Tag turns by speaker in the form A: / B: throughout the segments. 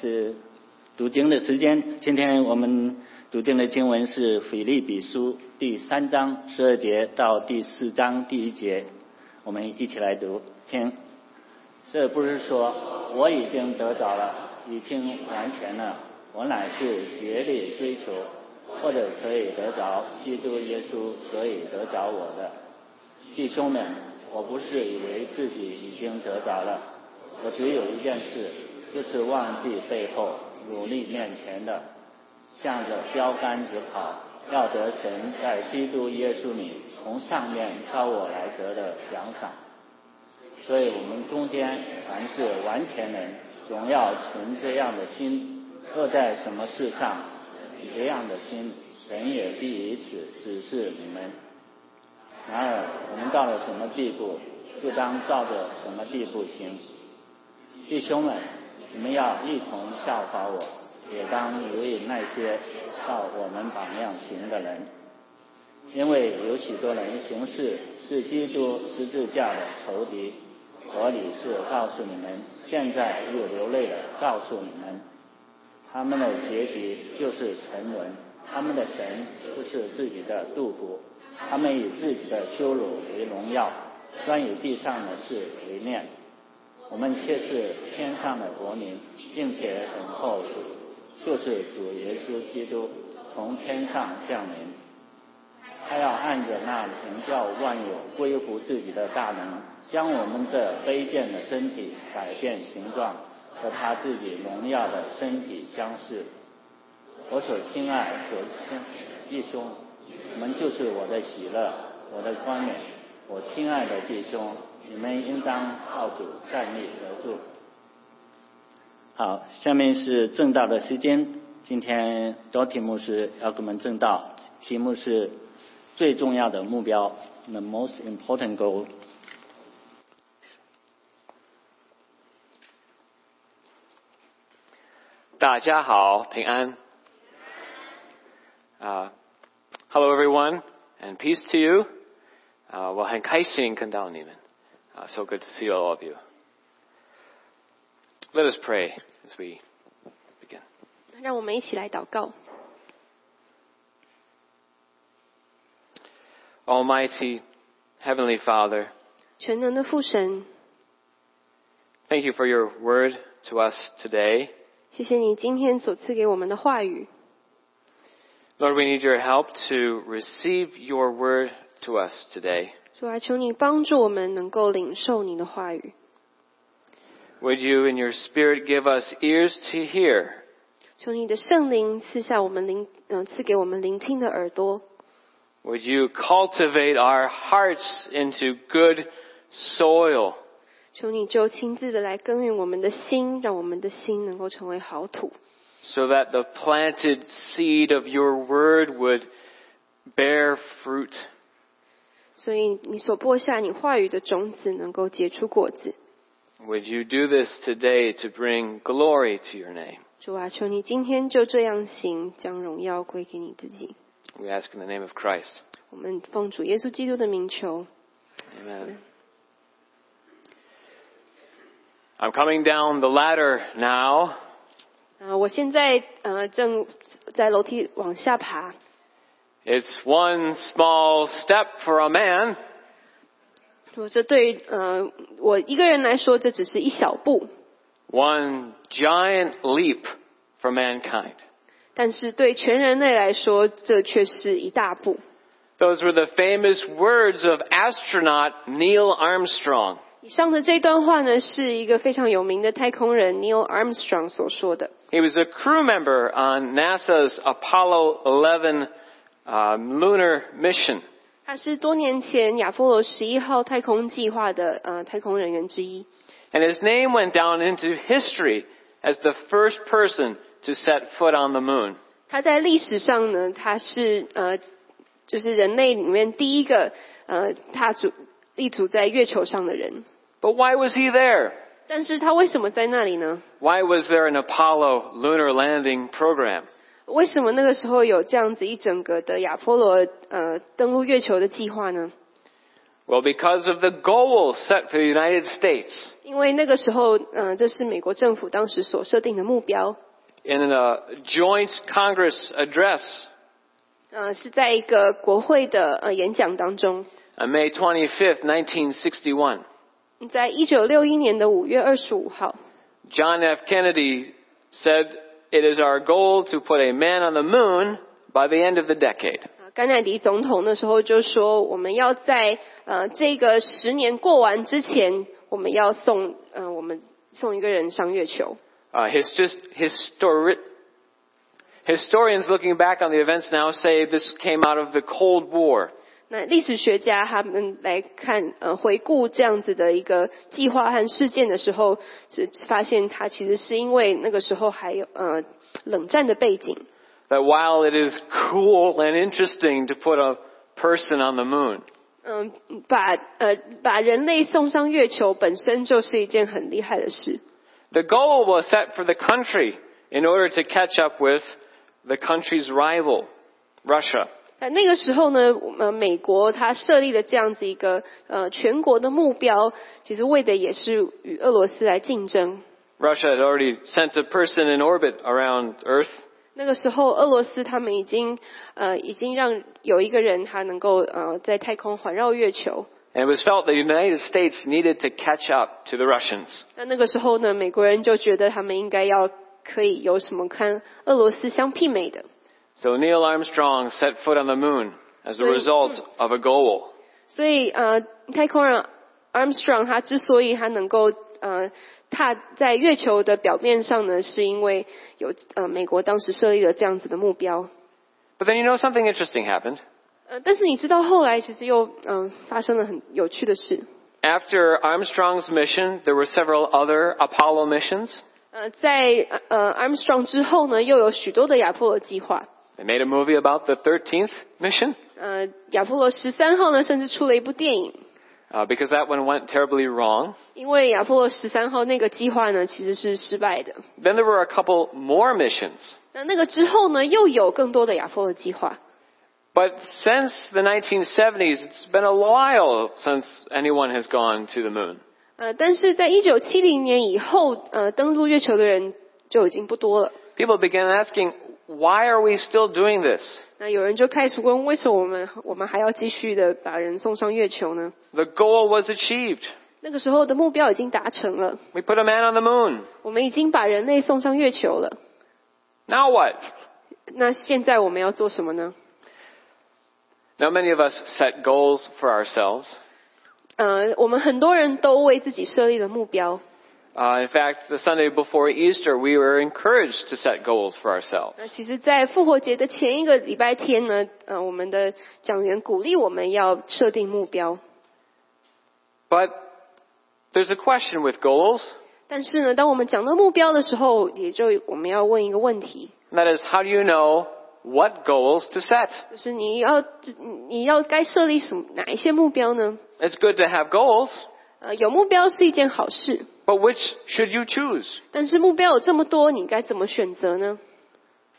A: 是读经的时间。今天我们读经的经文是《腓立比书》第三章十二节到第四章第一节，我们一起来读。请，这不是说我已经得着了，已经完全了，我乃是竭力追求，或者可以得着基督耶稣，所以得着我的。弟兄们，我不是以为自己已经得着了。我只有一件事，就是忘记背后，努力面前的，向着标杆直跑，要得神在基督耶稣里从上面招我来得的奖赏。所以我们中间凡是完全人，总要存这样的心；若在什么事上以这样的心，神也必以此指示你们。然而我们到了什么地步，就当照着什么地步行。弟兄们，你们要一同效法我，也当留意那些照我们榜样行的人，因为有许多人行事是基督十字架的仇敌。我屡次告诉你们，现在又流泪了，告诉你们，他们的结局就是沉沦，他们的神就是自己的杜甫，他们以自己的羞辱为荣耀，专以地上的事为念。我们却是天上的国民，并且等候主，就是主耶稣基督从天上降临。他要按着那能叫万有归服自己的大能，将我们这卑贱的身体改变形状，和他自己荣耀的身体相似。我所亲爱所亲弟兄，你们就是我的喜乐，我的冠冕。我亲爱的弟兄。你们应当靠主站立得住。好，下面是正道的时间。今天多题目是要给我们正道，题目是最重要的目标，the most important goal。
B: 大家好，平安。啊、uh,，Hello everyone and peace to you。啊，我很开心看到你们。Uh, so good to see all of you. Let us pray as we begin.
C: 让我们一起来祷告。
B: Almighty Heavenly Father,
C: 全能的父神，
B: thank you for your word to us today.
C: 谢谢你今天所赐给我们的话语。
B: Lord, we need your help to receive your word to us today.
C: 主啊，求你帮助我们能够领受你的话语。
B: Would you, in your spirit, give us ears to hear
C: 求你的圣灵赐下我们聆，嗯、赐给我们聆听的耳朵。
B: Would you cultivate our hearts into good soil?
C: 求你就亲自的来耕耘我们的心，让我们的心能够成为好土，
B: So that the planted seed of your word would bear fruit.
C: 所以你所播下你话语的种子能够结出果子。
B: Would you do this today to bring glory to your name?
C: 主啊，求你今天就这样行，将荣耀归给你自己。
B: We ask in the name of Christ.
C: 我们奉主耶稣基督的名求。
B: Amen. I'm coming down the ladder now,
C: 呃，我现在呃正在楼梯往下爬，
B: It's one small step for a man,
C: 我这对于呃我一个人来说，这只是一小步，
B: one giant leap for mankind.
C: 但是对全人类来说，这却是一大步。
B: Those were the famous words of astronaut Neil Armstrong.
C: 以上的这段话呢，是一个非常有名的太空人 Neil Armstrong 所说的。
B: He was a crew member on NASA's Apollo 11 um, lunar mission.
C: 他是多年前亚波罗十一号太空计划的呃太空人员之一。
B: And his name went down into history as the first person to set foot on the moon.
C: 他在历史上呢，他是呃就是人类里面第一个呃踏足立足在月球上的人。
B: But why was he there?
C: 但是他为什么在那里呢？
B: Why was there an Apollo lunar landing program?
C: 为什么那个时候有这样子一整个的亚波罗呃登陆月球的计划呢？
B: Well, because of the goal set for the United States
C: 因为那个时候，嗯、这是美国政府当时所设定的目标，
B: in a joint Congress address
C: 呃，是在一个国会的呃演讲当中，
B: on May 25th, 1961.
C: 在一九六一年的五月二十五号，
B: John F. Kennedy said, It is our goal to put a man on the moon by the end of the decade.
C: 呃甘乃迪总统那时候就说，我们要在呃这个十年过完之前，我们要送呃我们送一个人上月球。
B: Uh, his, just, histori- historians looking back on the events now say this came out of the Cold War.
C: 那历史学家他们来看呃回顾这样子的一个计划和事件的时候，是发现它其实是因为那个时候还有呃冷战的背景。
B: That while it is cool and interesting to put a person on the moon,
C: 嗯，把呃把人类送上月球本身就是一件很厉害的事。
B: the goal was set for the country in order to catch up with the country's rival, Russia.
C: 那那个时候呢，呃，美国它设立的这样子一个呃全国的目标，其实为的也是与俄罗斯来竞争。
B: Russia had already sent a person in orbit around Earth.
C: 那个时候，俄罗斯他们已经呃已经让有一个人他能够呃在太空环绕月球。
B: And it was felt the United States needed to catch up to the Russians.
C: 那那个时候呢，美国人就觉得他们应该要可以有什么跟俄罗斯相媲美的，
B: So Neil Armstrong set foot on the moon as a
C: So-
B: result of a goal.
C: 所以呃，太空人 Armstrong 他之所以他能够呃踏在月球的表面上呢，是因为有呃美国当时设立了这样子的目标。
B: But then you know something interesting happened.
C: 呃，但是你知道后来其实又嗯、呃发生了很有趣的事。
B: After Armstrong's mission, there were several other Apollo missions.
C: 呃，在呃 Armstrong 之后呢，又有许多的亚波罗计划。
B: They made a movie about the 13th mission
C: 呃，亚波罗十三号呢，甚至出了一部电影，
B: uh, because that one went terribly wrong.
C: 因为亚波罗十三号那个计划呢其实是失败的。
B: Then there were a couple more missions.
C: 那那个之后呢，又有更多的亚波罗计划。
B: But since the 1970s, it's been a while since anyone has gone to the moon.
C: 呃，但是在一九七零年以后，呃，登陆月球的人就已经不多了。
B: People began asking, why are we still doing this?
C: 那有人就开始问，为什么我们我们还要继续的把人送上月球呢？
B: The goal was achieved.
C: 那个时候的目标已经达成了，
B: We put a man on the moon.
C: 我们已经把人类送上月球了。
B: Now what?
C: 那现在我们要做什么呢？
B: Now many of us set goals for ourselves.
C: 呃，我们很多人都为自己设立了目标。
B: Uh, in fact, the Sunday before Easter, we were encouraged to set goals for ourselves.
C: 那其实，在复活节的前一个礼拜天呢，呃，我们的讲员鼓励我们要设定目标。
B: But there's a question with goals,
C: 但是呢，当我们讲到目标的时候，也就我们要问一个问题，
B: and that is, how do you know what goals to set?
C: 就是你要你要该设立什么哪一些目标呢？
B: It's good to have goals,
C: 呃，有目标是一件好事，
B: but which should you choose?
C: 但是目标有这么多，你该怎么选择呢？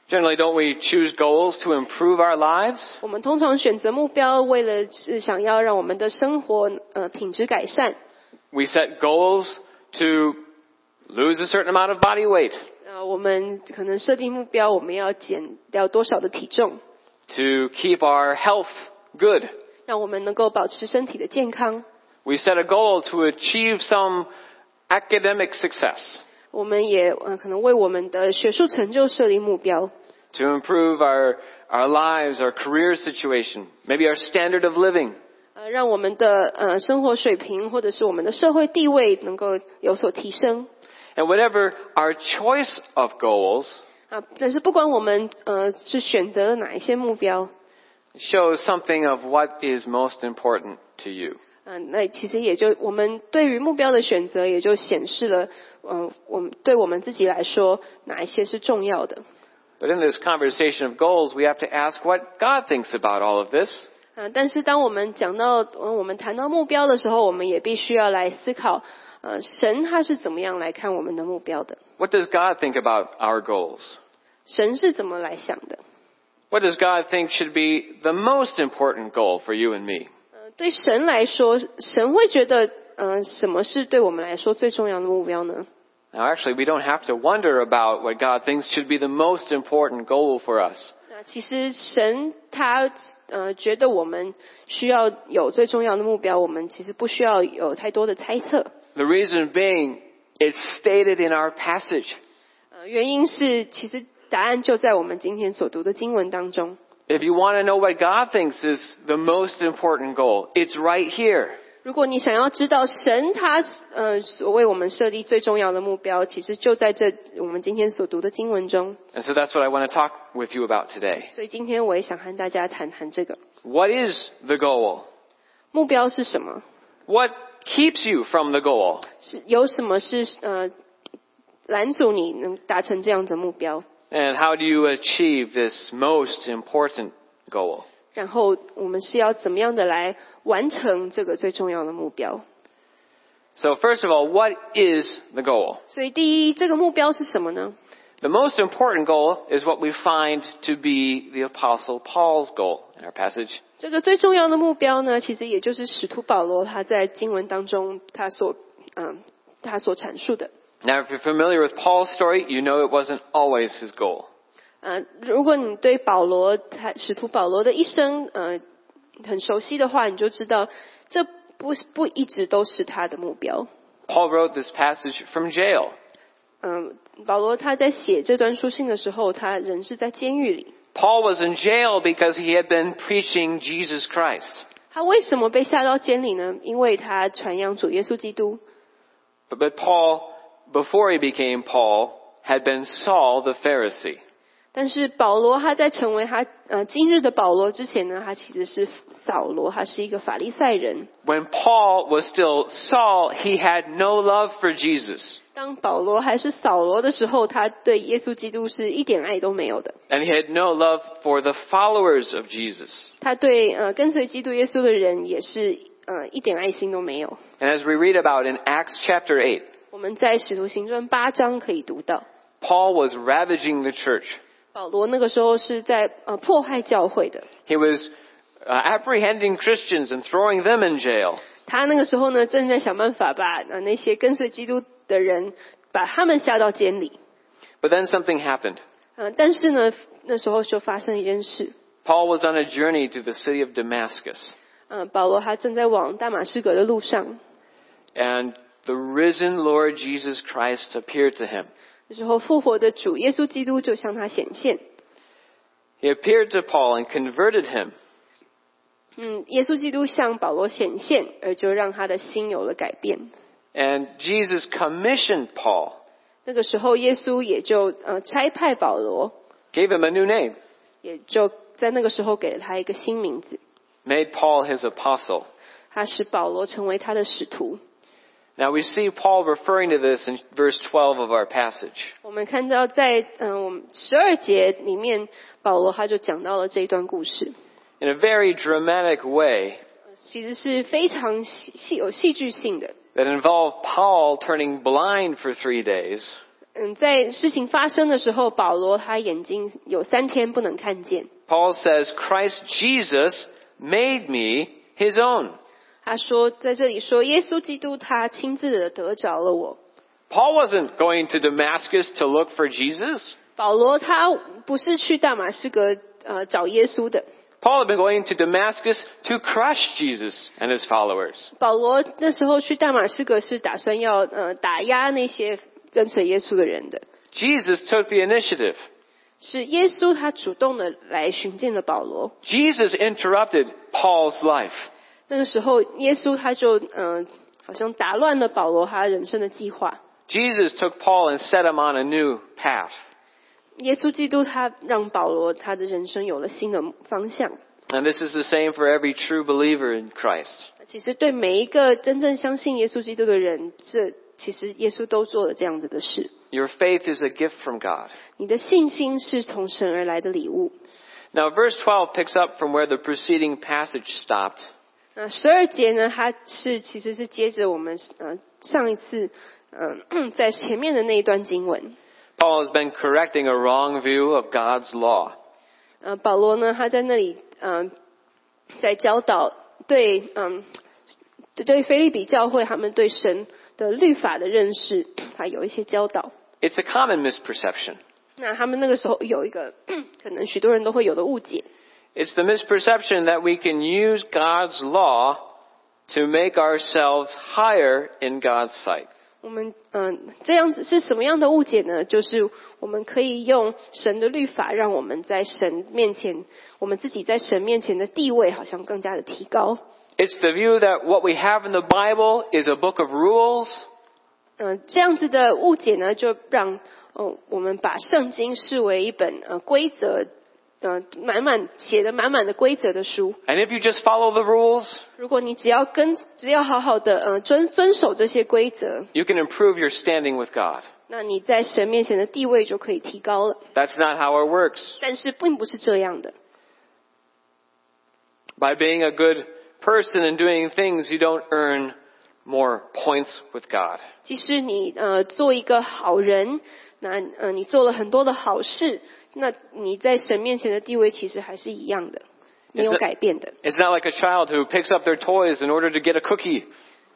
B: Generally, don't we choose goals to improve our lives?
C: 我们通常选择目标，为了是想要让我们的生活呃品质改善。
B: We set goals to lose a certain amount of body weight,
C: 呃，我们可能设定目标，我们要减掉多少的体重，
B: to keep our health good.
C: 让我们能够保持身体的健康。
B: We set a goal to achieve some academic success,
C: 我们也呃可能为我们的学术成就设立目标，
B: to improve our, our lives, our career situation, maybe our standard of living.
C: 呃，让我们的呃生活水平或者是我们的社会地位能够有所提升
B: And whatever our choice of goals
C: 啊。但是不管我们呃是选择哪一些目标，
B: shows something of what is most important to you.
C: 嗯、那其实也就我们对于目标的选择，也就显示了，嗯、我们对我们自己来说哪一些是重要的。
B: But in this conversation of goals, we have to ask what God thinks about all of this.
C: 嗯、但是当我们讲到、呃我们谈到目标的时候，我们也必须要来思考，呃，神他是怎么样来看我们的目标的？
B: What does God think about our goals?
C: 神是怎么来想的？
B: What does God think should be the most important goal for you and me?
C: 呃，对神来说，神会觉得，呃，什么是对我们来说最重要的目标呢？
B: Now, actually, we don't have to wonder about what God thinks should be the most important goal for us.
C: 那其实神他呃觉得我们需要有最重要的目标，我们其实不需要有太多的猜测。
B: The reason being, it's stated in our passage.
C: 呃，原因是其实答案就在我们今天所读的经文当中。
B: If you want to know what God thinks is the most important goal, it's right here.
C: 如果你想要知道神他呃所为我们设立最重要的目标，其实就在这我们今天所读的经文中。
B: And so that's what I want to talk with you about today.
C: 所以今天我也想和大家谈谈这个
B: What is the goal?
C: 目标是什么，
B: What keeps you from the goal?
C: 是有什么是呃拦阻你能达成这样的目标，
B: And how do you achieve this most important goal?
C: 然后我们是要怎么样的来完成这个最重要的目标。
B: So first of all, what is the goal?
C: 所以第一，这个目标是什么呢？
B: The most important goal is what we find to be the apostle Paul's goal in our passage.
C: 这个最重要的目标呢，其实也就是使徒保罗他在经文当中他所嗯他所阐述的。
B: Now, if you're familiar with Paul's story, you know it wasn't always his goal.
C: 呃，如果你对保罗他使徒保罗的一生呃很熟悉的话，你就知道这不不一直都是他的目标。
B: Paul wrote this passage from jail.
C: 嗯、保罗他在写这段书信的时候，他人是在监狱里。
B: Paul was in jail because he had been preaching Jesus Christ.
C: 他为什么被下到监里呢？因为他传扬主耶稣基督。
B: But, but Paul, before he became Paul, had been Saul the Pharisee.
C: 但是保罗他在成为他呃今日的保罗之前呢，他其实是扫罗，他是一个法利赛人。
B: When Paul was still Saul, he had no love for Jesus,
C: 当保罗还是扫罗的时候，他对耶稣基督是一点爱都没有的。
B: and he had no love for the followers of Jesus.
C: 他对呃跟随基督耶稣的人也是呃一点爱心都没有。
B: And as we read about in Acts chapter 8,
C: 我们在使徒行传八章可以读到，
B: Paul was ravaging the church.
C: 保罗那个时候是在呃迫害教会的。
B: He was uh, apprehending Christians and throwing them in jail.
C: 他那个时候呢，正在想办法把呃那些跟随基督的人，把他们下到监里。
B: But then something happened.
C: 呃，但是呢，那时候就发生一件事。
B: Paul was on a journey to the city of Damascus,
C: 呃，保罗他正在往大马士革的路上，
B: and the risen Lord Jesus Christ appeared to him.
C: 这时候复活的主耶稣基督就向他显现。
B: He appeared to Paul and converted him.
C: 嗯，耶稣基督向保罗显现，而就让他的心有了改变。
B: And Jesus commissioned Paul,
C: 那个时候，耶稣也就呃差派保罗，
B: gave him a new name,
C: 也就在那个时候给了他一个新名字，
B: made Paul his apostle.
C: 他使保罗成为他的使徒。
B: Now we see Paul referring to this in verse 12 of our passage.
C: 我们看到在嗯我们十二节里面，保罗他就讲到了这一段故事，
B: In a very dramatic way
C: 其实是非常戏戏有戏剧性的。
B: that involved Paul turning blind for three days
C: 嗯，在事情发生的时候，保罗他眼睛有三天不能看见。
B: Paul says, Christ Jesus made me his own.
C: 他说在这里说，耶稣基督他亲自的得着了我。
B: Paul wasn't going to Damascus to look for Jesus.
C: 保罗他不是去大马士革呃找耶稣的，
B: Paul had been going to Damascus to crush Jesus and his followers.
C: 保罗那时候去大马士革是打算要呃打压那些跟随耶稣的人的，
B: Jesus took the initiative.
C: 是耶稣他主动的来寻见了保罗。
B: Jesus interrupted Paul's life.
C: 那个时候，耶稣他就嗯、呃好像打乱了保罗他人生的计划。
B: Jesus took Paul and set him on a new path.
C: 耶稣基督他让保罗他的人生有了新的方向。
B: And this is the same for every true believer in Christ.
C: 其实对每一个真正相信耶稣基督的人，这其实耶稣都做了这样子的事。
B: Your faith is a gift from God.
C: 你的信心是从神而来的礼物。
B: Now verse 12 picks up from where the preceding passage stopped.
C: 那呃十二节呢，它是其实是接着我们呃上一次嗯、 在前面的那一段经文。
B: Paul has been correcting a wrong view of God's law.
C: 呃呃，保罗呢，他在那里嗯、在教导对嗯对对菲利比教会他们对神的律法的认识 啊有一些教导。
B: It's a common misperception.
C: 那他们那个时候有一个 可能许多人都会有的误解，
B: It's the misperception that we can use God's law to make ourselves higher in God's sight.
C: 我们嗯、这样子是什么样的误解呢？就是我们可以用神的律法，让我们在神面前，我们自己在神面前的地位好像更加的提高。
B: It's the view that what we have in the Bible is a book of rules
C: 嗯、这样子的误解呢，就让哦我们把圣经视为一本呃规则，呃满满写的满满的规则的书。
B: And if you just follow the rules,
C: 如果你只要跟只要好好的呃遵遵守这些规则，
B: you can improve your standing with God.
C: 那你在神面前的地位就可以提高了。
B: That's not how it works.
C: 但是并不是这样的。
B: By being a good person and doing things, you don't earn more points with God.
C: 即使你呃做一个好人，那呃你做了很多的好事，那你在神面前的地位其实还是一样的，没有改变的。
B: It's not like a child who picks up their toys in order to get a cookie.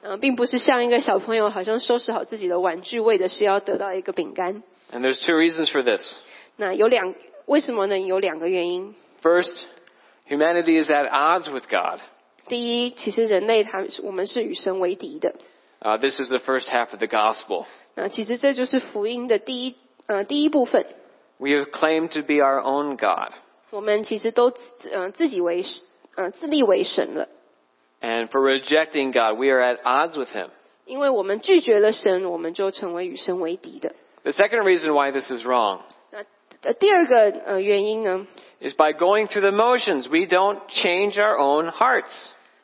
C: 呃，并不是像一个小朋友，好像收拾好自己的玩具，为的是要得到一个饼干。
B: And there's two reasons for this.
C: 那有两，为什么呢？有两个原因。
B: First, humanity is at odds with God.
C: 第一，其实人类他我们是与神为敌的。
B: Uh, this is the first half of the gospel.
C: 那其实这就是福音的第一呃第一部分。
B: We have claimed to be our own God.
C: 我们其实都呃自己为呃自立为神了。
B: And for rejecting God, we are at odds with Him.
C: 因为我们拒绝了神，我们就成为与神为敌的。
B: The second reason why this is wrong
C: 那呃第二个呃原因呢，
B: is by going through the motions. We don't change our own hearts.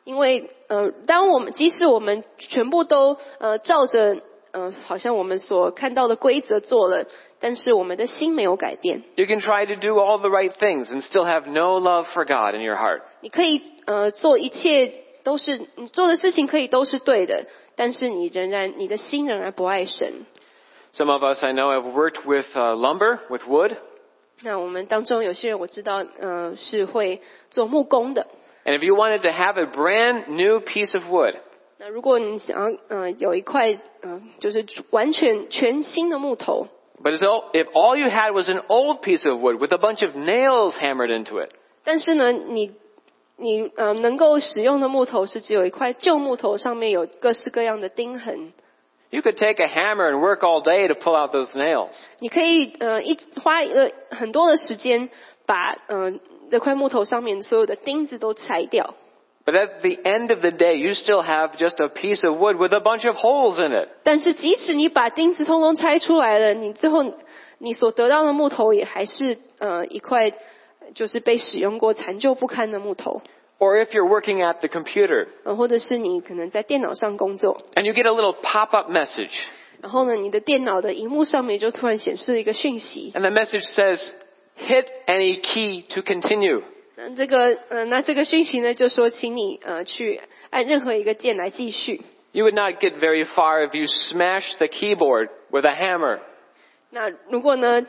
C: 因为呃当我们即使我们全部都呃照着呃好像我们所看到的规则做了，但是我们的心没有改变。
B: You can try to do all the right things and still have no love for God in your heart.
C: 你可以呃做一切都是你做的事情可以都是对的，但是你仍然你的心仍然不爱神。
B: Some of us I know have worked with uh, lumber, with wood,
C: 那我们当中有些人我知道呃是会做木工的，
B: and if you wanted to have a brand new piece of wood,
C: 那如果你想要呃有一块呃就是完全全新的木头，
B: but as all, if all you had was an old piece of wood with a bunch of nails hammered into it,
C: 但是呢你你呃能够使用的木头是只有一块旧木头，上面有各式各样的钉痕。
B: you could take a hammer and work all day to pull out those nails.
C: 你可以呃一花呃很多的时间把呃这块木头上面所有的钉子都拆掉，
B: But at the end of the day, you still have just a piece of wood with a bunch of holes in it.
C: 但是即使你把钉子通通拆出来了，你最后你所得到的木头也还是呃一块就是被使用过残旧不堪的木头。
B: Or if you're working at the computer
C: 呃，或者是你可能在电脑上工作，
B: and you get a little pop-up message
C: 然后呢，你的电脑的荧幕上面就突然显示一个讯息，
B: and the message says, hit any key to continue.
C: 那这个，呃，那这个讯息呢，就说请你呃去按任何一个键来继续。
B: You would not get very far if you smashed the keyboard with a hammer.
C: 那如果呢，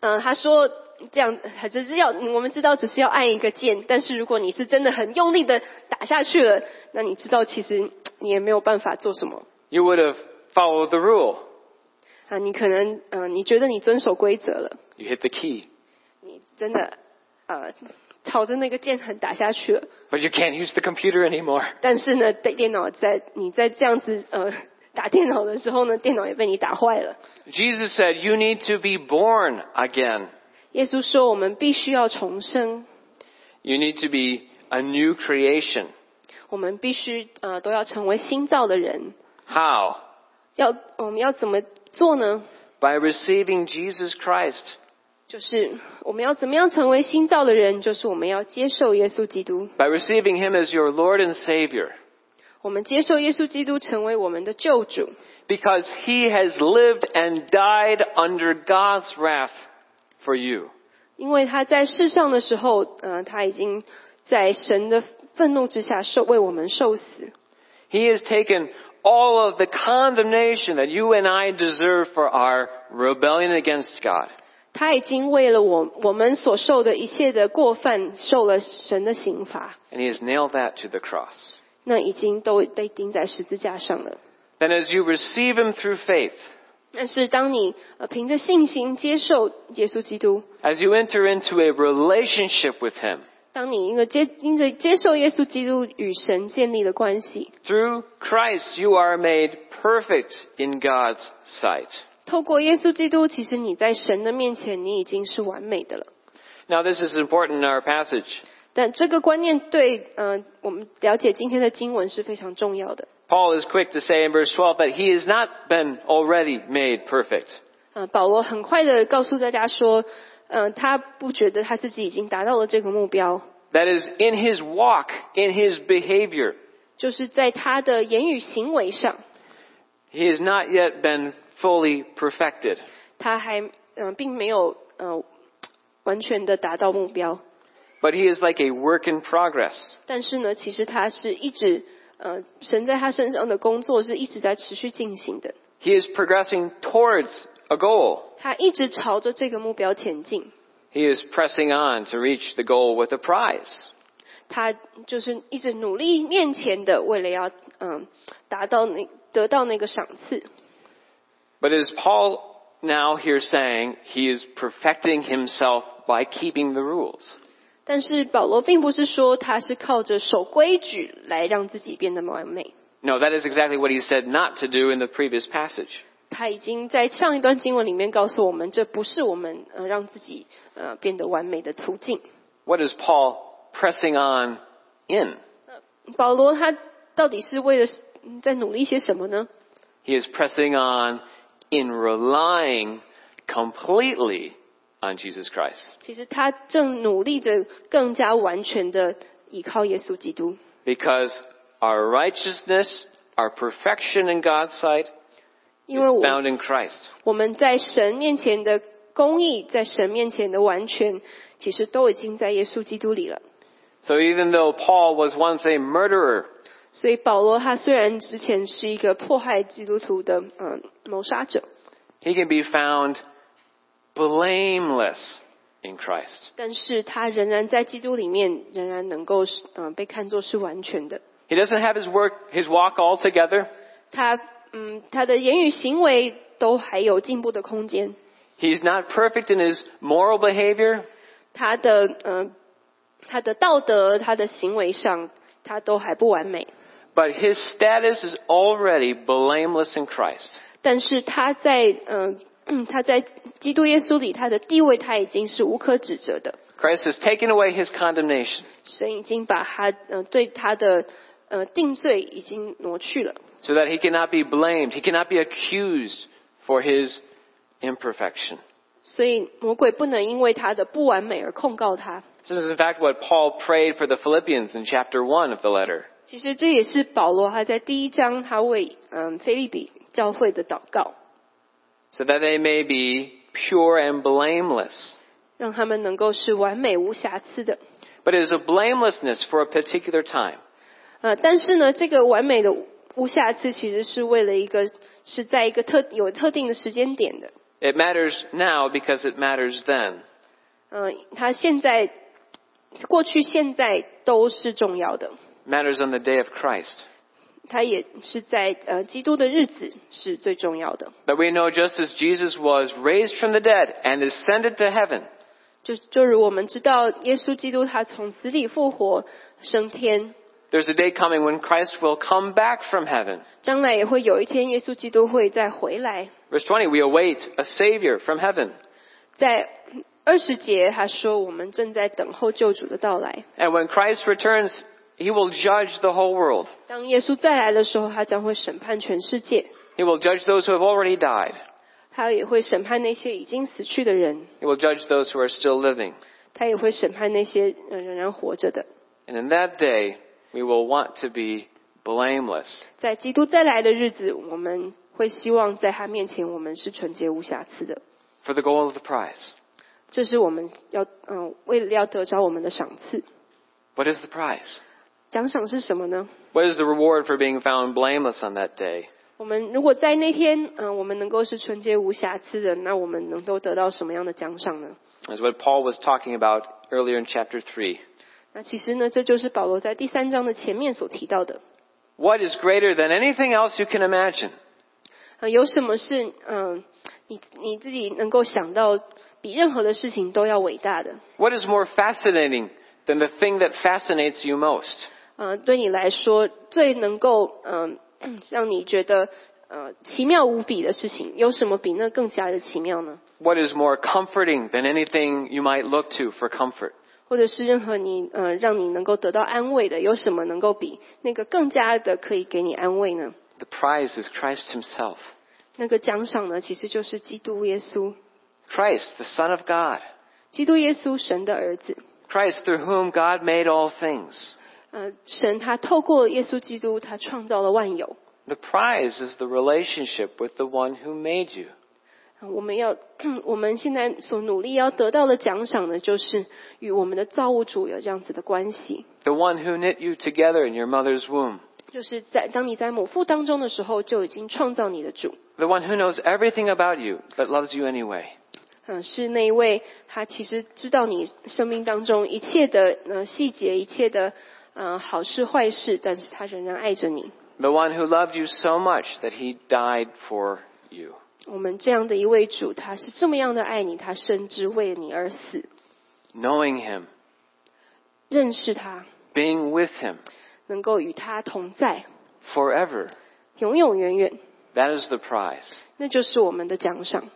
C: 呃，他说这样，呃只是要我们知道只是要按一个键，但是如果你是真的很用力的打下去了，那你知道其实你也没有办法做什么
B: You would have followed the rule.
C: 啊，你可能，呃，你觉得你遵守规则了，
B: You hit the key.
C: 你真的，呃，朝着那个键很打下去了。
B: But you can't use the computer anymore.
C: 但是呢，电电脑在你在这样子呃打电脑的时候呢，电脑也被你打坏了。
B: Jesus said, you need to be born again.
C: 耶稣说，我们必须要重生，
B: You need to be a new creation.
C: 我们必须呃都要成为新造的人。
B: How?
C: 要我们要怎么做呢？
B: By receiving Jesus Christ.
C: 就是我们要怎么样成为新造的人？就是我们要接受耶稣基督，
B: By receiving Him as your Lord and Savior.
C: 我们接受耶稣基督成为我们的救主，
B: Because He has lived and died under God's wrath for you.
C: 因为他在世上的时候，呃，他已经在神的愤怒之下受为我们受死，
B: He has taken all of the condemnation that you and I deserve for our rebellion against God.
C: 他已经为了我我们所受的一切的过犯受了神的刑罚，
B: and he has nailed that to the cross.
C: 那已经都被钉在十字架上了。
B: Then as you receive him through faith,
C: 但是当你呃凭着信心接受耶稣基督，
B: as you enter into a relationship with him,
C: 当你因为接因着接受耶稣基督与神建立了关系，
B: through Christ you are made perfect in God's sight.
C: 透过耶稣基督，其实你在神的面前你已经是完美的了。
B: Now this is important in our passage.
C: 但这个观念对呃我们了解今天的经文是非常重要的。
B: Paul is quick to say in verse 12 that he has not been already made perfect.
C: 呃，保罗很快的告诉大家说，呃，他不觉得他自己已经达到了这个目标，
B: That is, in his walk, in his behavior,
C: 就是在他的言语行为上，
B: he has not yet been fully perfected.
C: 他还嗯、呃并没有呃完全的达到目标。
B: But he is like a work in progress.
C: 但是呢，其实他是一直呃神在他身上的工作是一直在持续进行的，
B: He is progressing towards a goal.
C: 他一直朝着这个目标前进，
B: He is pressing on to reach the goal with a prize.
C: 他就是一直努力面前的，为了要嗯、呃达到那得到那个赏赐。
B: But is Paul now here saying he is perfecting himself by keeping the rules?
C: 但是保罗并不是说他是靠着守规矩来让自己变得完美，
B: No, that is exactly what he said not to do in the previous passage.
C: 他已经在上一段经文里面告诉我们，这不是我们呃让自己呃变得完美的途径。
B: What is Paul pressing on in?
C: 保罗他到底是为了嗯在努力些什么呢？
B: He is pressing on in relying completely on Jesus Christ.
C: 其实他正努力着更加完全的依靠耶稣基督，
B: Because our righteousness, our perfection in God's sight,
C: 因为
B: is
C: 我
B: found in Christ.
C: 我们在神面前的公义，在神面前的完全，其实都已经在耶稣基督里了。
B: So even though Paul was once a murderer,
C: 所以保罗他虽然之前是一个迫害基督徒的嗯谋杀者，
B: he can be found blameless in Christ.
C: 但是他仍然在基督里面仍然能够嗯被看作是完全的。
B: He doesn't have his work, his walk all together.
C: 他嗯他的言语行为都还有进步的空间，
B: He's not perfect in his moral behavior,
C: 他的嗯他的道德他的行为上他都还不完美，
B: but his status is already blameless in Christ.
C: 但是他在嗯。嗯他在基督耶稣里，他的地位他已经是无可指责的。
B: Christ has taken away his condemnation.
C: 神已经把他呃对他的呃定罪已经挪去了，
B: so that he cannot be blamed, he cannot be accused for his imperfection.
C: 所以魔鬼不能因为他的不完美而控告他。
B: This is in fact what Paul prayed for the Philippians in chapter 1 of the letter.
C: 其实这也是保罗他在第一章他为嗯菲利比教会的祷告，
B: So that they may be pure and blameless.
C: 让他们能够是完美无瑕疵的。
B: But it is a blamelessness for a particular time.
C: 呃，但是呢，这个完美的无瑕疵其实是为了一个是在一个特有特定的时间点的。
B: It matters now because it matters then.
C: 嗯、呃，他现在过去现在都是重要的。
B: It matters on the day of Christ.
C: 它也是在呃基督的日子是最重要的。
B: That we know just as Jesus was raised from the dead and ascended to heaven,
C: 就就如我们知道，耶稣基督他从死里复活升天，
B: there's a day coming when Christ will come back from heaven.
C: 将来也会有一天，耶稣基督会再回来。
B: Verse 20, we await a Savior from heaven.
C: 在二十节他说，我们正在等候救主的到来。
B: And when Christ returns, he will judge the whole world.
C: 当耶稣再来的时候，他将会审判全世界，
B: He will judge those who have already died.
C: 他也会审判那些已经死去的人，
B: He will judge those who are still living.
C: 他也会审判那些呃仍然活着的。
B: And in that day, we will want to be blameless.
C: 在基督再来的日子，我们会希望在他面前，我们是纯洁无瑕疵的。
B: For the goal of the prize.
C: 这是我们要嗯、为了要得着我们的赏赐。
B: What is the prize?
C: 奖赏是什么呢？
B: What is the reward for being found blameless on that day?
C: 我们如果在那天，嗯、我们能够是纯洁无瑕疵的，那我们能够得到什么样的奖赏呢？
B: That's what Paul was talking about earlier in chapter 3.
C: 那其实呢，这就是保罗在第三章的前面所提到的。
B: What is greater than anything else you can imagine?
C: 呃，有什么是嗯、你你自己能够想到比任何的事情都要伟大的？
B: What is more fascinating than the thing that fascinates you most?
C: 呃，对你来说最能够嗯、让你觉得呃奇妙无比的事情，有什么比那更加的奇妙呢？
B: What is more comforting than anything you might look to for comfort?
C: 或者是任何你呃让你能够得到安慰的，有什么能够比那个更加的可以给你安慰呢？
B: The prize is Christ Himself.
C: 那个奖赏呢，其实就是基督耶稣，
B: Christ, the Son of God.
C: 基督耶稣神的儿子。
B: Christ through whom God made all things.
C: 呃，神他透过耶稣基督，他创造了万有。
B: The prize is the relationship with the one who made you.
C: 呃我们要，我们现在所努力要得到的奖赏呢，就是与我们的造物主有这样子的关系，
B: The one who knit you together in your mother's womb.
C: 就是在当你在母腹当中的时候，就已经创造你的主。
B: The one who knows everything about you, but loves you anyway.
C: 嗯、是那一位，他其实知道你生命当中一切的呃细节，一切的呃好事坏事，但是他仍然爱着你。
B: The one who loved you so much that he died for you.
C: 我们这样的一位主，他是这么样的爱你，他甚至为你而死。
B: Knowing him,
C: 认识他，
B: being with him
C: 能够与他同在，
B: forever.
C: 永永远远，
B: That is the prize.
C: 那就是我们的奖赏。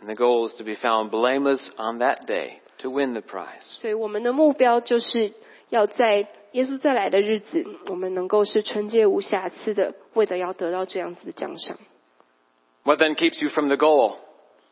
B: And the goal is to be found blameless on that day to win the prize.
C: 所以我们的目标就是要在耶稣再来的日子，我们能够是纯洁无瑕疵的，为了要得到这样子的奖赏。
B: What then keeps you from the goal?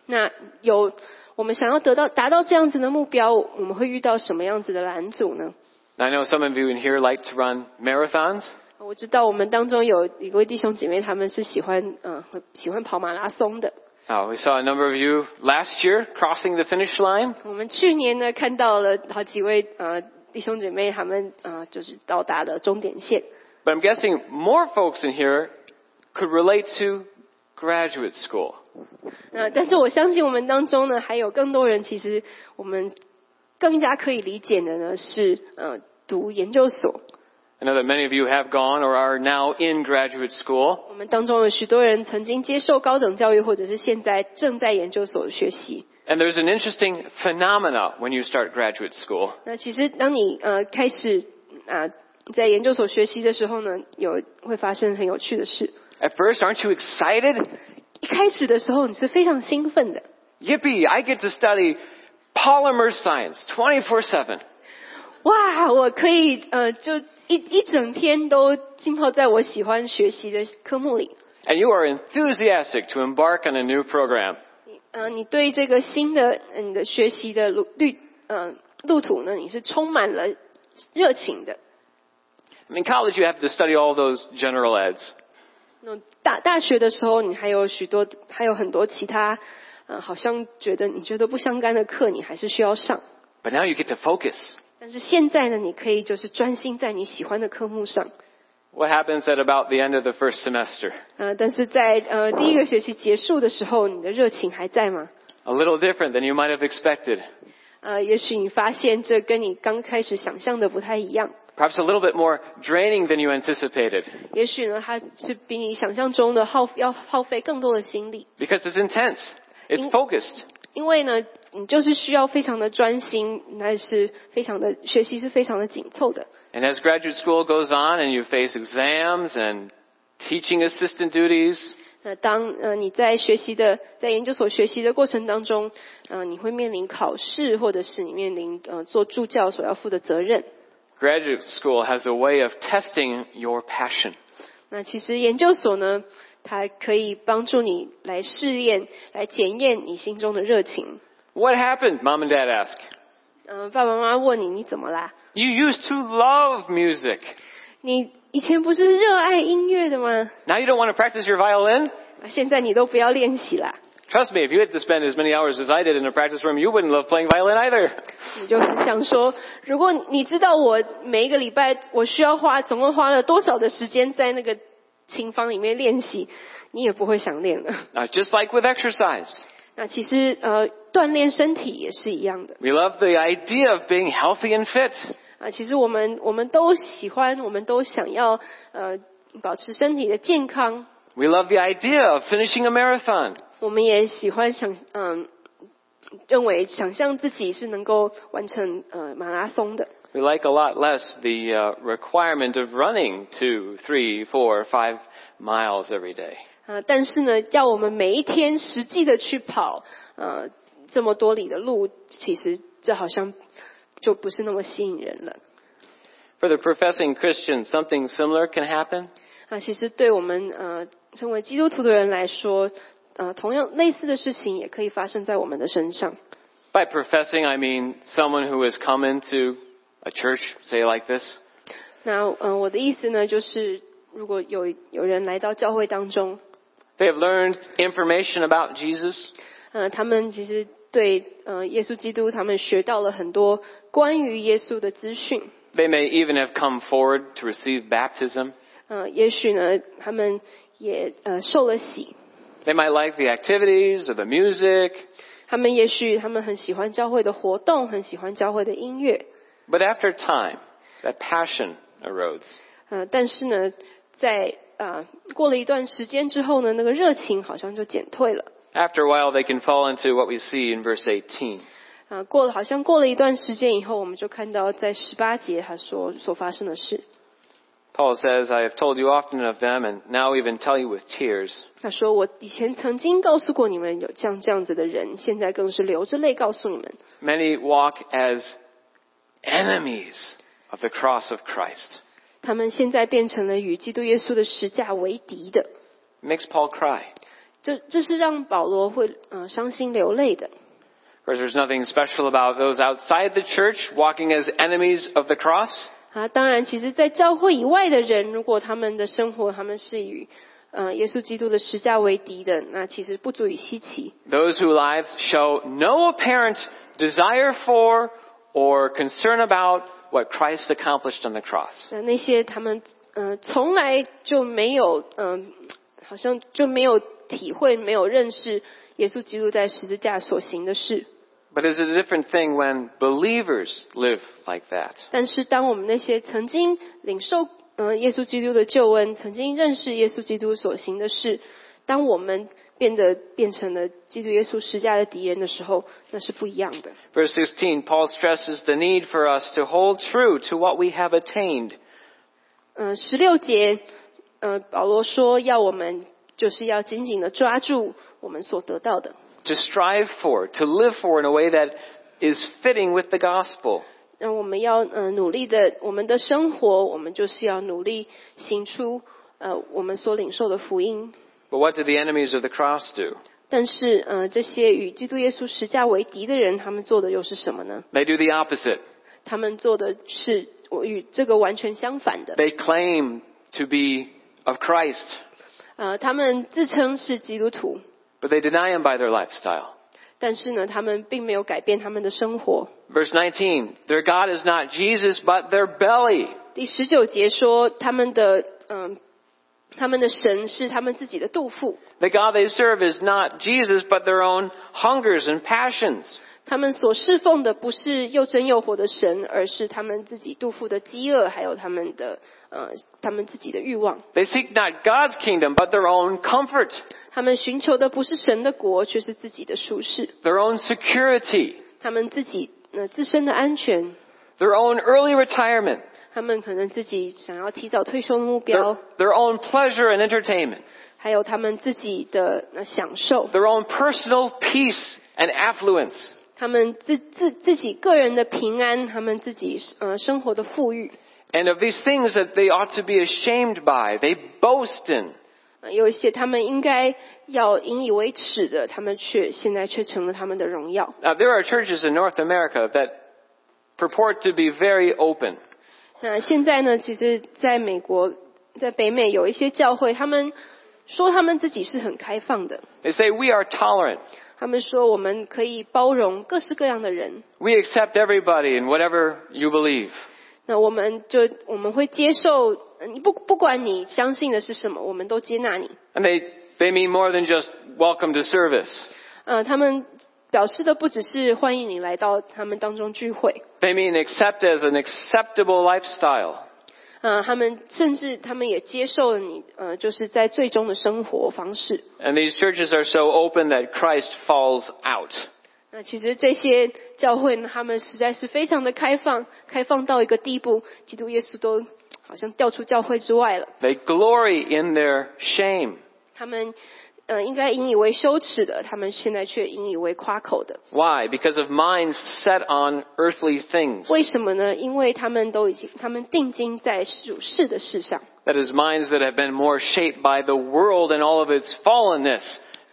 C: 那有我们想要得到达到这样子的目标，我们会遇到什么样子的拦阻呢？
B: I know some of you in here like to run marathons.
C: 我知道我们当中有一位弟兄姐妹，他们是喜欢嗯、呃、喜欢跑马拉松的。
B: Uh, we saw a number of you last year crossing the finish line.
C: 我们去年呢看到了好几位呃弟兄姐妹，他们呃就是到达了终点线。
B: But I'm guessing more folks in here could relate to graduate school.
C: 那但是我相信我们当中呢，还有更多人，其实我们更加可以理解的呢是，呃，读研究所。
B: I know that many of you have gone or are now in graduate school.
C: 我们当中有许多人曾经接受高等教育，或者是现在正在研究所学习。
B: And there's an interesting phenomena when you start graduate school.
C: 那其实当你呃开始啊、在研究所学习的时候呢，有会发生很有趣的事。
B: At first, aren't you excited?
C: 一开始的时候你是非常兴奋的，
B: Yippee, I get to study polymer science 24-7.
C: 哇，我可以呃就一一整天都浸泡在我喜欢学习的科目里。
B: And you are enthusiastic to embark on a new program.
C: 呃，你对这个新的呃你的学习的路绿呃路途呢，你是充满了热情的。
B: I mean, college, you have to study all those general eds.
C: 那大大学的时候，你还有许多还有很多其他呃，好像觉得你觉得不相干的课，你还是需要上。
B: But now you get to focus.
C: 但是现在呢，你可以就是专心在你喜欢的科目上。
B: What happens at about the end of the first semester?
C: 呃，但是在呃第一个学期结束的时候，你的热情还在吗？
B: A little different than you might have expected.
C: 呃，也许你发现这跟你刚开始想象的不太一样。
B: Perhaps a little bit more draining than you anticipated.
C: 也许呢，它是比你想象中的耗要耗费更多的心力。
B: Because it's intense. It's
C: In-
B: focused.
C: 因为呢，你就是需要非常的专心，那是非常的学习是非常的紧凑的。
B: And as graduate school goes on and you face exams and teaching assistant duties,
C: 那当呃你在学习的在研究所学习的过程当中，呃你会面临考试，或者是你面临呃做助教所要负的责任。
B: graduate school has a way of testing your passion.
C: 那其实研究所呢，它可以帮助你来试验、来检验你心中的热情。
B: What happened? Mom and dad ask.
C: 嗯、爸爸妈妈问你你怎么啦？
B: You used to love music.
C: 你以前不是热爱音乐的吗？
B: Now you don't want to practice your violin?
C: 啊现在你都不要练习啦。
B: Trust me, if you had to spend as many hours as I did in a practice room, you wouldn't love playing violin either.
C: 你就很想说，如果你知道我每一个礼拜我需要花总共花了多少的时间在那个琴房里面练习，你也不会想练了。
B: Now, Uh, just like with exercise,
C: 那其实呃，锻炼身体也是一样的
B: we love the idea of being healthy and fit.
C: 啊。其实我们我们都喜欢，我们都想要呃保持身体的健康，
B: We love the idea of finishing a marathon.
C: 我们也喜欢想嗯、认为想象自己是能够完成呃马拉松的。
B: We like a lot less the uh, requirement of running two, three, four, five miles every day.
C: 呃，但是呢，要我们每一天实际的去跑，呃，这么多里的路，其实这好像就不是那么吸引人了。
B: For the professing Christian, something similar can happen.
C: 啊，其实对我们呃成为基督徒的人来说，呃，同样类似的事情也可以发生在我们的身上。
B: By professing, I mean someone who has come into a church, say like this,
C: 那呃，我的意思呢，就是如果有有人来到教会当中，
B: They have learned information about Jesus.
C: 呃，他们其实对呃耶稣基督，他们学到了很多关于耶稣的资讯。
B: They may even have come forward to receive baptism.
C: 呃，也许呢，他们也呃受了洗，
B: They might like the activities or the music,
C: 他们也许他们很喜欢教会的活动，很喜欢教会的音乐，
B: but after time, that passion erodes.
C: 呃，但是呢，在呃过了一段时间之后呢，那个热情好像就减退了。
B: After a while, they can fall into what we see in verse 18.
C: 啊、过了好像过了一段时间以后，我们就看到在十八节他所所发生的事。
B: Paul says, I have told you often of them, and now even tell you with tears,
C: 他说：“我以前曾经告诉过你们有这样这样子的人，现在更是流着泪告诉你们，
B: many walk as enemies of the cross of Christ.
C: 他们现在变成了与基督耶稣的十架为敌的。
B: It makes Paul cry.
C: 这这是让保罗会呃伤心流泪的。
B: Of course, there's nothing special about those outside the church walking as enemies of the cross.
C: 啊，当然，其实，在教会以外的人，如果他们的生活他们是与呃耶稣基督的十架为敌的，那其实不足以稀奇。
B: Those whose lives show no apparent desire for or concern about what Christ accomplished on the cross.
C: 那那些他们呃从来就没有嗯、好像就没有体会、没有认识耶稣基督在十字架所行的事。
B: But it's a different thing when believers live like that.
C: 但是，当我们那些曾经领受呃耶稣基督的救恩，曾经认识耶稣基督所行的事，当我们变得变成了基督耶稣十架的敌人的时候，那是不一样的。
B: Verse 16, Paul stresses the need for us to hold true to what we have attained.
C: 嗯，十六节，呃，保罗说要我们就是要紧紧的抓住我们所得到的，
B: to strive for, to live for in a way that is fitting with the gospel.
C: 那我们要呃努力的，我们的生活，我们就是要努力行出呃我们所领受的福音。
B: But what did the enemies of the cross do?
C: 但是呃，这些与基督耶稣十架为敌的人，他们做的又是什么呢？
B: They do the opposite.
C: 他们做的是我与这个完全相反的。
B: They claim to be of Christ,
C: 呃，他们自称是基督徒，
B: but they deny him by their lifestyle.
C: 但是呢，他们并没有改变他们的生活。
B: Verse 19, their God is not Jesus, but their belly.
C: 第十九节说，他们的嗯，他们的神是他们自己的肚腹，
B: The God they serve is not Jesus, but their own hungers and passions.
C: 他们所侍奉的不是又真又活的神，而是他们自己肚腹的饥饿，还有他们的呃，他们自己的欲望。
B: They seek not God's kingdom, but their own comfort,
C: 他们寻求的不是神的国，却是自己的舒适，
B: their own security,
C: 他们自己呃自身的安全，
B: their own early retirement,
C: 他们可能自己想要提早退休的目
B: their,
C: 标，
B: their own pleasure and entertainment.
C: 还有他们自己的呃享受，
B: their own personal peace and affluence.
C: 他们自自自己个人的平安，他们自己呃生活的富裕。
B: And of these things that they ought to be ashamed by, they boast in.
C: 呃有一些他们应该要引以为耻的，他们却现在却成了他们的荣耀。
B: Now, there are churches in North America that purport to be very open.
C: 那现在呢？其实，在美国，在北美有一些教会，他们说他们自己是很开放的，
B: They say, we are tolerant.
C: 他们说我们可以包容各式各样的人。
B: We accept everybody and whatever you believe.
C: 那我们就我们会接受，呃你不不管你相信的是什么，我们都接纳你。
B: And they They mean more than just welcome to service.
C: 呃，他们表示的不只是欢迎你来到他们当中聚会，
B: They mean accept as an acceptable lifestyle.
C: 呃，他们甚至他们也接受了你，呃，就是在最终的生活方式。
B: And these churches are so open that Christ falls out.
C: 那其实这些教会呢，他们实在是非常的开放，开放到一个地步，基督耶稣都好像调出教会之外了。
B: They glory in their shame.
C: 他们，呃，应该引以为羞耻的，他们现在却引以为夸口的。
B: Why? Because of minds set on earthly things.
C: 为什么呢？因为他们都已经，他们定睛在属世的事上。
B: That is, minds that have been more shaped by the world and all of its fallenness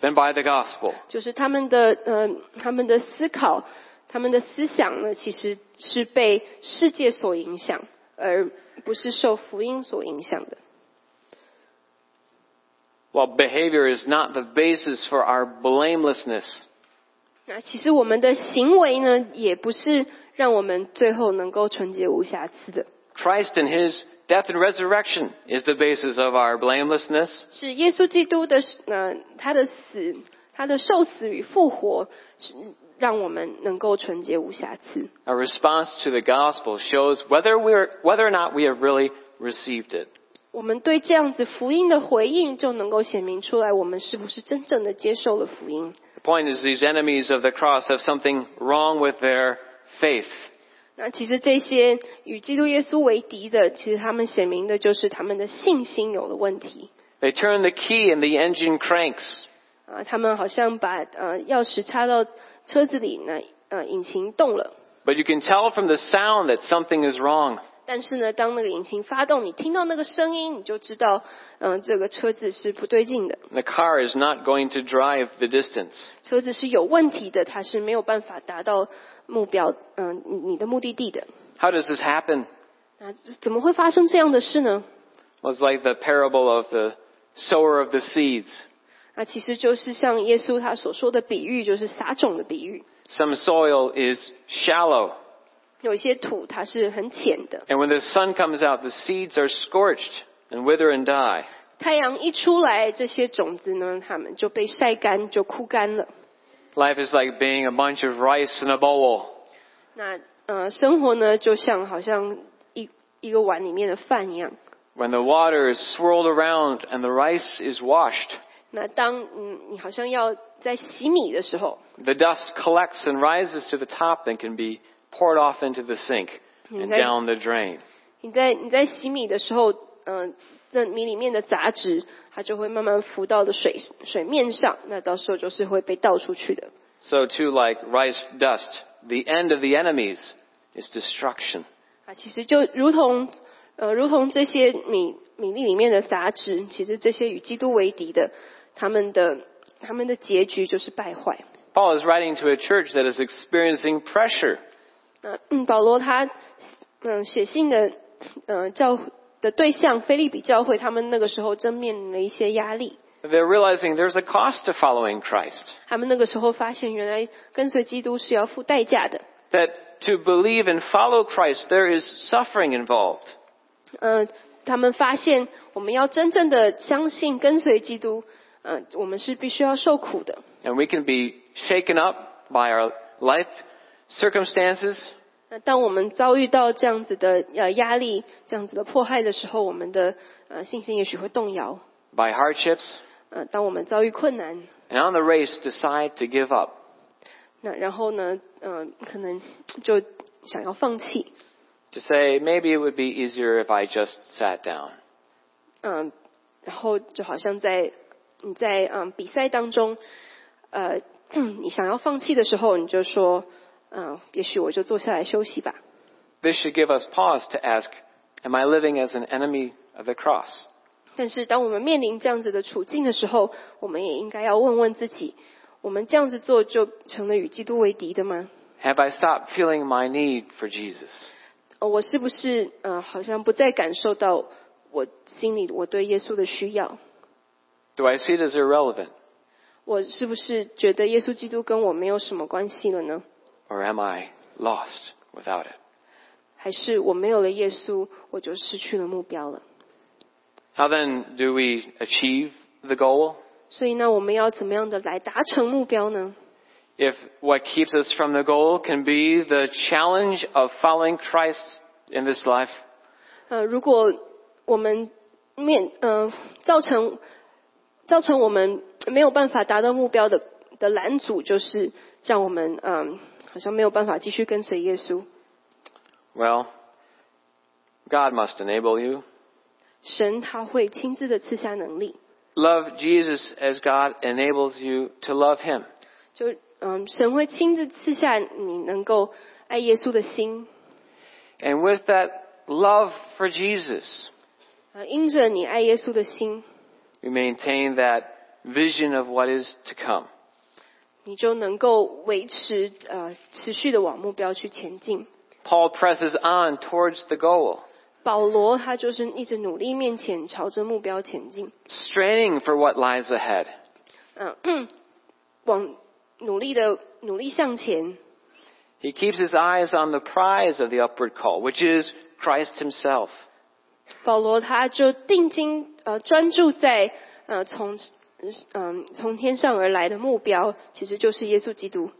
B: than by the gospel.
C: 就是他们的呃，他们的思考，他们的思想呢，其实是被世界所影响，而不是受福音所影响的。
B: While behavior is not the basis for our blamelessness,
C: 那其实我们的行为呢，也不是让我们最后能够纯洁无瑕疵的，
B: Christ and His death and resurrection is the basis of our blamelessness.
C: 是耶稣基督的呃他的死，他的受死与复活，是让我们能够纯洁无瑕疵。
B: Our response to the gospel shows whether we're, whether or not we have really received it.
C: 我们对这样子福音的回应，就能够显明出来，我们是不是真正的接受了福音。
B: The point is these enemies of the cross have something wrong with their faith.
C: 那其实这些与基督耶稣为敌的，其实他们显明的就是他们的信心有了问题
B: They turn the key and the engine cranks.
C: 啊、他们好像把呃钥匙插到车子里呢，呃，引擎动了。
B: But you can tell from the sound that something is wrong.
C: 但是呢，当那个引擎发动，你听到那个声音，你就知道，嗯、这个车子是不对劲的，
B: The car is not going to drive the distance.
C: 车子是有问题的，它是没有办法达到目标，嗯、你你的目的地的。
B: How does this happen?
C: 那怎么会发生这样的事呢？
B: Well, it's like the parable of the sower of the seeds.
C: 那啊其实就是像耶稣他所说的比喻，就是撒种的比喻。
B: Some soil is shallow,
C: 有一些土它是很浅的，
B: and when the sun comes out, the seeds are scorched and wither and die.
C: 太阳一出来，这些种子呢，它们就被晒干，就枯干了。
B: Life is like being a bunch of rice in a bowl.
C: 那呃，生活呢，就像好像一一个碗里面的饭一样。
B: When the water is swirled around and the rice is washed,
C: 那当嗯，你好像要在洗米的时候，
B: the dust collects and rises to the top and can be poured off into the sink and
C: Okay.
B: down the drain.
C: 你在你在洗米的时候，嗯、呃，那米里面的杂质，它就会慢慢浮到的水水面上，那到时候就是会被倒出去的。
B: So too, like rice dust, the end of the enemies is destruction.
C: 啊，其实就如同呃，如同这些米米粒里面的杂质，其实这些与基督为敌的，他们的他们的结局就是败坏。
B: Paul is writing to a church that is experiencing pressure.
C: 那、嗯、保罗他嗯写信的呃教的对象菲利比教会，他们那个时候正面临了一些压力，
B: They're realizing there's a cost to following Christ.
C: 他们那个时候发现原来跟随基督是要付代价的。
B: That to believe and follow Christ, there is suffering involved.
C: 嗯、他们发现我们要真正的相信跟随基督，嗯、我们是必须要受苦的。
B: And we can be shaken up by our life circumstances,
C: 那当我们遭遇到这样子的呃压力、这样子的迫害的时候，我们的呃信心也许会动摇。
B: by hardships,
C: 呃，当我们遭遇困难，
B: and on the race decide to give up.
C: 那然后呢，呃，可能就想要放弃。
B: To say, maybe it would be easier if I just sat down.
C: 嗯、然后就好像在你在嗯、比赛当中，呃， 你想要放弃的时候，你就说，嗯、也许我就坐下来休息吧。
B: This should give us pause to ask, am I living as an enemy of the cross?
C: 但是，当我们面临这样子的处境的时候，我们也应该要问问自己：我们这样子做就成了与基督为敌的吗？
B: Have I stopped feeling my need for Jesus?
C: 呃我是不是呃，好像不再感受到我心里我对耶稣的需要？
B: Do I see it as irrelevant?
C: 我是不是觉得耶稣基督跟我没有什么关系了呢？
B: Or am I lost without it?
C: 还是我没有了耶稣，我就失去了目标了？
B: How then do we achieve the goal?
C: 所以呢，我们要怎么样的来达成目标呢？
B: If what keeps us from the goal can be the challenge of following Christ in this life,
C: 呃，如果我们面呃造成造成我们没有办法达到目标的的拦阻，就是让我们嗯、好像没有办法继续跟随耶稣。
B: well, God must enable you.
C: 神他会亲自的赐下能力，
B: Love Jesus as God enables you to love Him.
C: 就嗯、神会亲自赐下你能够爱耶稣的心。
B: And with that love for Jesus,
C: 呃，因着你爱耶稣的心，
B: we maintain that vision of what is to come.
C: 你就能够维持呃持续的往目标去前进。
B: Paul presses on towards the goal,
C: 保罗他就是一直努力面前朝着目标前进，
B: straining for what lies ahead.
C: 嗯、 往努力的努力向前。
B: He keeps his eyes on the prize of the upward call, which is Christ himself.
C: 保罗他就定睛呃专注在呃从嗯、从天上而来的目标，其实就是耶稣基督。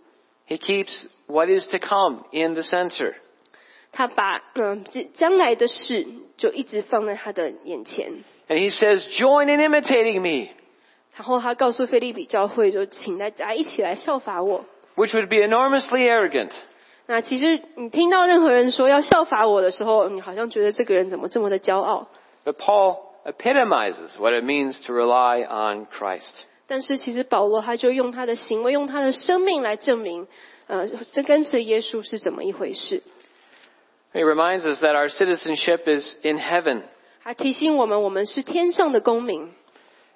B: He keeps what is to come in the center.
C: 他把嗯、这将来的事就一直放在他的眼前，
B: And he says, join in imitating me,
C: 然后他告诉菲利比教会，就请大家一起来效法我。
B: which would be enormously arrogant.
C: 那其实你听到任何人说要效法我的时候，你好像觉得这个人怎么这么的骄傲？
B: But Paul epitomizes what it means to rely on Christ.
C: 但是其实保罗他就用他的行为，用他的生命来证明，呃，这跟随耶稣是怎么一回事。
B: He reminds us that our citizenship is in heaven
C: 他提醒我们，我们是天上的公民。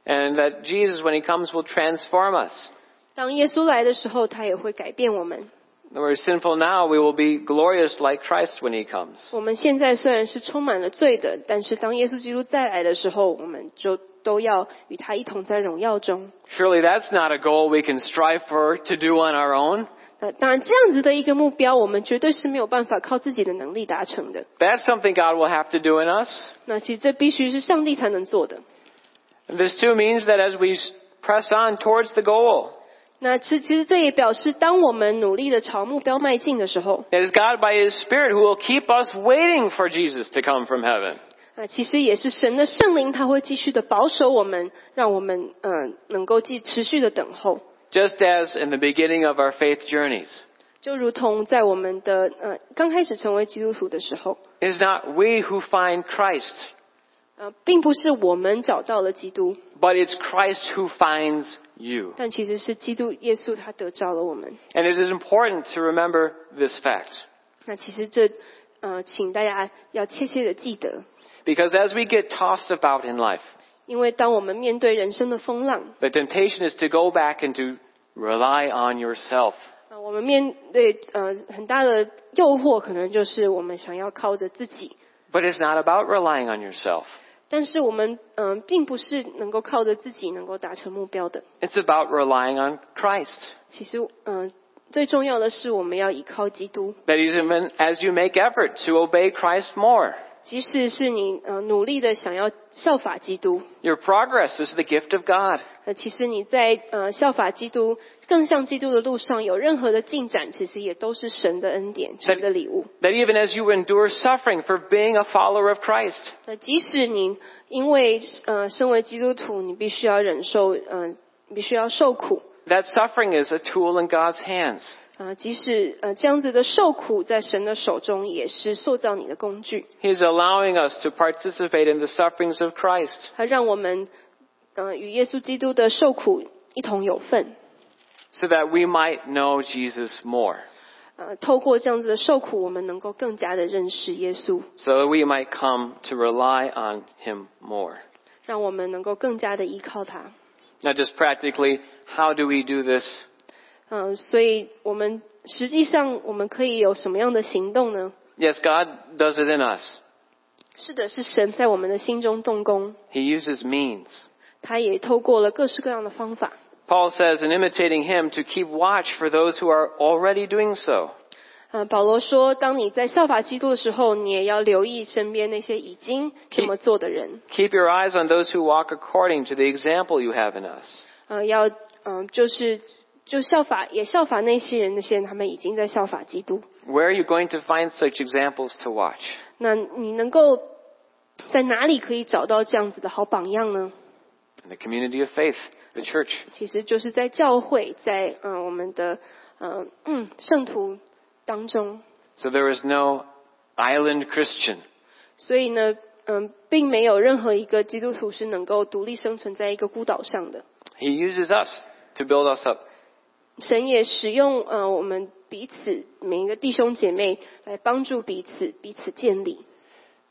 B: and that Jesus, when he comes, will transform us.
C: 当耶稣来的时候，他也会改变我们。
B: Though we're sinful now, we will be glorious like Christ when he comes.
C: 我们现在虽然是充满了罪的，但是当耶稣基督再来的时候，我们就都要与他一同在荣耀中。
B: Surely that's not a goal we can strive for to do on our own.
C: 那当然，这样子的一个目标，我们绝对是没有办法靠自己的能力达成的。
B: That's something God will have to do in us.
C: 那其实这必须是上帝才能做的。
B: And this too means that as we s- press on towards the goal,
C: 那其其实这也表示，当我们努力的朝目标迈进的时候，
B: it is God by His Spirit who will keep us waiting for Jesus to come from heaven.
C: 啊，其实也是神的圣灵，他会继续的保守我们，让我们嗯、呃能够继持续的等候，
B: Just as in the beginning of our faith journeys.
C: 就如同在我们的呃刚开始成为基督徒的时候，
B: It is not we who find Christ,
C: 呃，并不是我们找到了基督，
B: but it's Christ who finds you.
C: 但其实是基督耶稣他得着了我们。
B: And it is important to remember this fact.
C: 那其实这呃，请大家要切切的记得，
B: Because as we get tossed about in life,
C: 因为当我们面对人生的风浪，
B: The temptation is to go back and to rely on yourself.
C: 呃，我们面对呃很大的诱惑，可能就是我们想要靠着自己，
B: But it's not about relying on yourself.
C: 但是我们嗯、呃并不是能够靠着自己能够达成目标的。
B: It's about relying on Christ.
C: 其实嗯、呃最重要的是我们要依靠基督，
B: That is, even as you make effort to obey Christ more,
C: 即使是你呃努力的想要效法基督，
B: your progress is the gift of God.
C: 呃，其实你在呃效法基督、更像基督的路上有任何的进展，其实也都是神的恩典、神的礼物。
B: That even as you endure suffering for being a follower of Christ,
C: 那即使你因为呃身为基督徒，你必须要忍受嗯、呃，必须要受苦。
B: that suffering is a tool in God's hands.
C: 呃，即使呃这样子的受苦，在神的手中也是塑造你的工具。
B: He is allowing us to participate in the sufferings of Christ.
C: 他让我们，呃，与耶稣基督的受苦一同有份。
B: So that we might know Jesus more.
C: 呃，透过这样子的受苦，我们能够更加的认识耶稣，
B: So that we might come to rely on Him more.
C: 让我们能够更加的依靠他。
B: Now, just practically, how do we do this?
C: 嗯、所以我们实际上我们可以有什么样的行动呢？
B: Yes, God does it in us.
C: 是的，是神在我们的心中动工，
B: He uses means.
C: 他也透过了各式各样的方法。
B: Paul says in imitating him to keep watch for those who are already doing so.
C: 呃，保罗说，当你在效法基督的时候，你也要留意身边那些已经这么做的人。
B: Keep your eyes on those who walk according to the example you have in us.
C: 呃，要嗯、呃就是就效法也效法那些人，那些人他们已经在效法基督。
B: Where are you going to find such examples to watch?
C: 那你能够在哪里可以找到这样子的好榜样呢？
B: In the community of faith, the church.
C: 其实就是在教会，在嗯、呃我们的呃嗯圣徒当中，
B: So there is no island Christian.
C: 所以呢，嗯、并没有任何一个基督徒是能够独立生存在一个孤岛上的。
B: He uses us to build us up.
C: 神也使用呃我们彼此每一个弟兄姐妹来帮助彼此，彼此建立，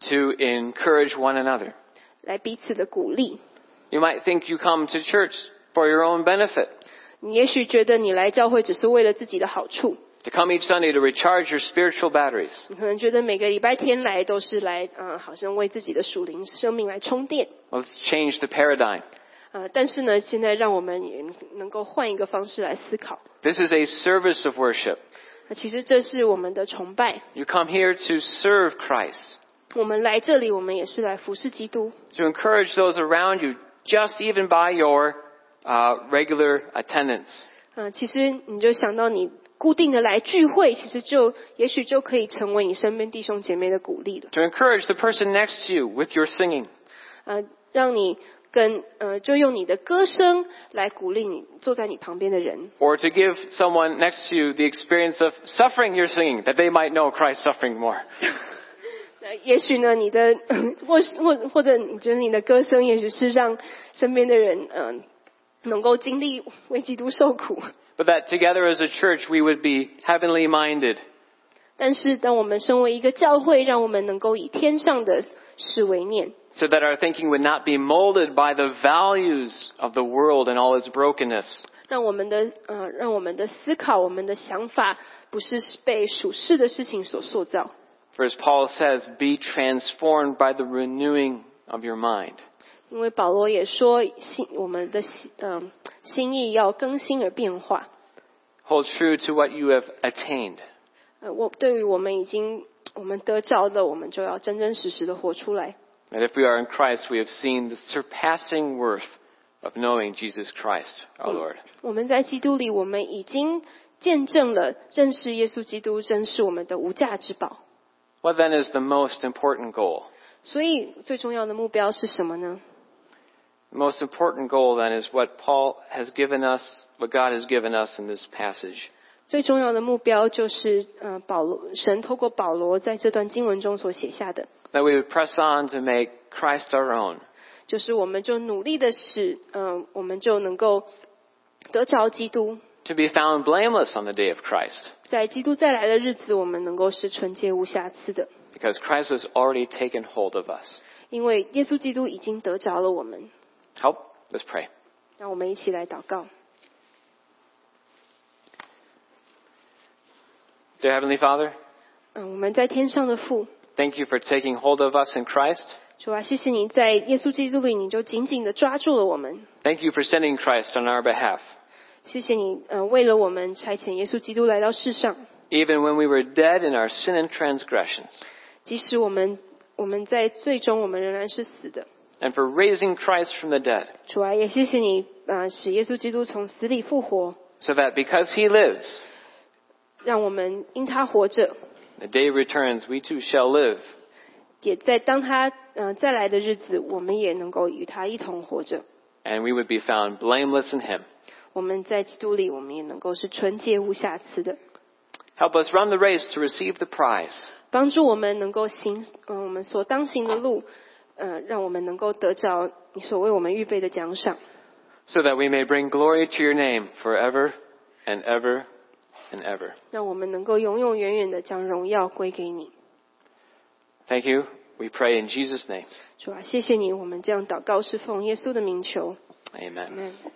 B: to encourage one another.
C: 来彼此的鼓励。
B: You might think you come to church for your own benefit,
C: 你也许觉得你来教会只是为了自己的好处，
B: to come each Sunday to recharge your spiritual batteries.
C: 你可能觉得每个礼拜天来都是来啊、呃好像为自己的属灵生命来充电。
B: Well, let's change the paradigm.
C: 呃，但是呢，现在让我们也能够换一个方式来思考。
B: This is a service of worship.
C: 那其实这是我们的崇拜，
B: You come here to serve Christ,
C: 我们来这里，我们也是来服侍基督，
B: to encourage those around you, just even by your uh, regular attendance.
C: 嗯，其实你就想到你固定的来聚会，其实就也许就可以成为你身边弟兄姐妹的鼓励了。
B: To encourage the person next to you with your singing.
C: 呃，让你跟呃，就用你的歌声来鼓励你坐在你旁边的人，
B: Or to give someone next to you the experience of suffering your singing, that they might know Christ's suffering more.
C: 那呃也许呢，你的或是或或者你觉得你的歌声，也许是让身边的人嗯、呃能够经历为基督受苦。
B: But that together as a church we would be heavenly minded,
C: 但是，当我们身为一个教会，让我们能够以天上的事为念，
B: so that our thinking would not be molded by the values of the world and all its brokenness,
C: 让我们的呃，让我们的思考、我们的想法不是被属世的事情所塑造。
B: for as Paul says, be transformed by the renewing of your mind.
C: 因为保罗也说，心我们的心嗯、心意要更新而变化。
B: Hold true to what you have attained.
C: 呃，我对于我们已经我们得着的，我们就要真真实实的活出来。
B: And if we are in Christ, we have seen the surpassing worth of knowing Jesus Christ, our Lord.
C: 我们在基督里，我们已经见证了认识耶稣基督，真是我们的无价之宝。
B: What then is the most important goal?
C: 所以，最重要的目标是什么呢？
B: The most important goal then is what Paul has given us, what God has given us in this passage.
C: 最重要的目标就是，呃，保罗神透过保罗在这段经文中所写下的，
B: that we would press on to make Christ our own,
C: 就是我们就努力的使，嗯、我们就能够得着基督，
B: to be found blameless on the day of Christ,
C: 在基督再来的日子，我们能够是纯洁无瑕疵的，
B: because Christ has already taken hold of us.
C: 因为耶稣基督已经得着了我们。
B: Help? Let's pray.
C: 让我们一起来祷告，
B: Dear Heavenly Father,
C: 嗯、我们在天上的父，
B: thank you for taking hold of us in Christ.
C: 主啊，谢谢你在耶稣基督里，你就紧紧的抓住了我们，
B: Thank you for sending Christ on our behalf.
C: 谢谢你，呃，为了我们差遣耶稣基督来到世上。
B: Even when we were dead in our sin and transgressions,
C: 即使我们我们在最终我们仍然是死的。
B: and for raising Christ from the dead,
C: 主啊，也谢谢你啊、呃使耶稣基督从死里复活，
B: so that because He lives,
C: 让我们因他活着，
B: the day returns, we too shall live,
C: 也在当他嗯、呃再来的日子，我们也能够与他一同活着。
B: and we would be found blameless in Him.
C: 我们在基督里，我们也能够是纯洁无瑕疵的，
B: Help us run the race to receive the prize.
C: 帮助我们能够行嗯、我们所当行的路，呃，让我们能够得着你所为我们预备的奖赏，
B: so that we may bring glory to your name forever and ever and ever.
C: 让我们能够永永远远的将荣耀归给你。
B: Thank you. We pray in Jesus' name.
C: 主啊，谢谢你，我们这样祷告是奉耶稣的名求，
B: Amen.
C: 阿门。